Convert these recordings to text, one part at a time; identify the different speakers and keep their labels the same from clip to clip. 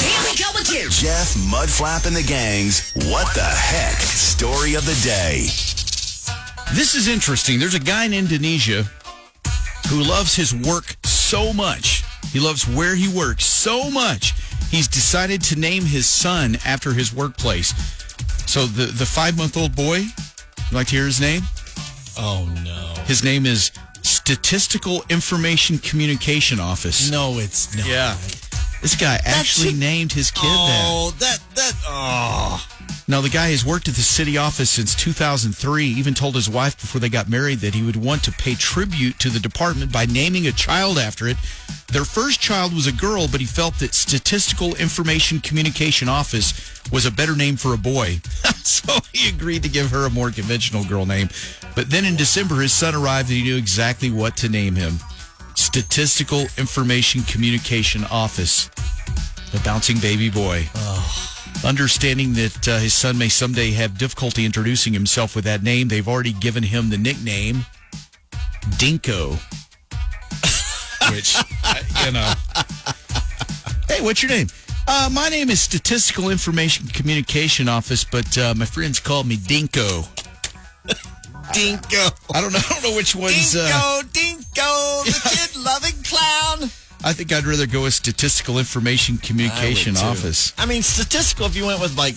Speaker 1: Here we go again.
Speaker 2: Jeff Mudflap and the Gang's What the Heck Story of the Day.
Speaker 3: This is interesting. There's a guy in Indonesia who loves his work so much. He loves where he works so much. He's decided to name his son after his workplace. So the, the five month old boy, you like to hear his name?
Speaker 4: Oh no.
Speaker 3: His name is Statistical Information Communication Office.
Speaker 4: No, it's not.
Speaker 3: Yeah. This guy actually
Speaker 4: should-
Speaker 3: named his kid that.
Speaker 4: Oh, that that oh.
Speaker 3: Now, the guy has worked at the city office since 2003, even told his wife before they got married that he would want to pay tribute to the department by naming a child after it. Their first child was a girl, but he felt that Statistical Information Communication Office was a better name for a boy. so he agreed to give her a more conventional girl name. But then in December, his son arrived and he knew exactly what to name him Statistical Information Communication Office. The bouncing baby boy understanding that uh, his son may someday have difficulty introducing himself with that name. They've already given him the nickname Dinko, which uh, you know. Hey, what's your name? Uh, my name is Statistical Information Communication Office, but uh, my friends called me Dinko.
Speaker 4: Dinko.
Speaker 3: I don't know. I don't know which one's. Uh,
Speaker 4: Dinko, Dinko, the kid loving clown.
Speaker 3: I think I'd rather go with Statistical Information Communication
Speaker 4: I would, too.
Speaker 3: Office.
Speaker 4: I mean, statistical. If you went with like,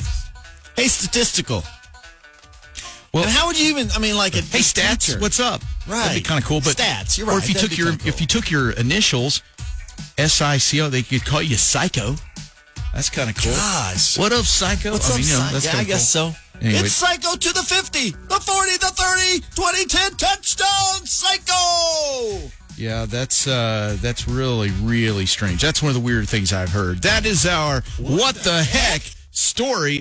Speaker 4: hey, statistical.
Speaker 3: Well-
Speaker 4: Well, and how would you even? I mean, like, a
Speaker 3: Hey, stats,
Speaker 4: teacher.
Speaker 3: what's up? That'd be
Speaker 4: Right.
Speaker 3: kind of cool. But
Speaker 4: Stats, you're
Speaker 3: Or if
Speaker 4: right,
Speaker 3: you
Speaker 4: that'd
Speaker 3: took
Speaker 4: be
Speaker 3: your
Speaker 4: kinda
Speaker 3: if you took your initials, S I C O, they could call you Psycho. That's kind of cool.
Speaker 4: Gosh.
Speaker 3: What up, Psycho?
Speaker 4: What's
Speaker 3: I mean,
Speaker 4: up,
Speaker 3: you know,
Speaker 4: Psy-
Speaker 3: that's
Speaker 4: Yeah,
Speaker 3: kinda
Speaker 4: I guess
Speaker 3: cool.
Speaker 4: so.
Speaker 3: Anyway.
Speaker 4: It's Psycho to the 50, the 40, the 30, 20, 10, touchdown, Psycho!
Speaker 3: Yeah, that's uh, that's really really strange. That's one of the weird things I've heard. That is our what, the heck story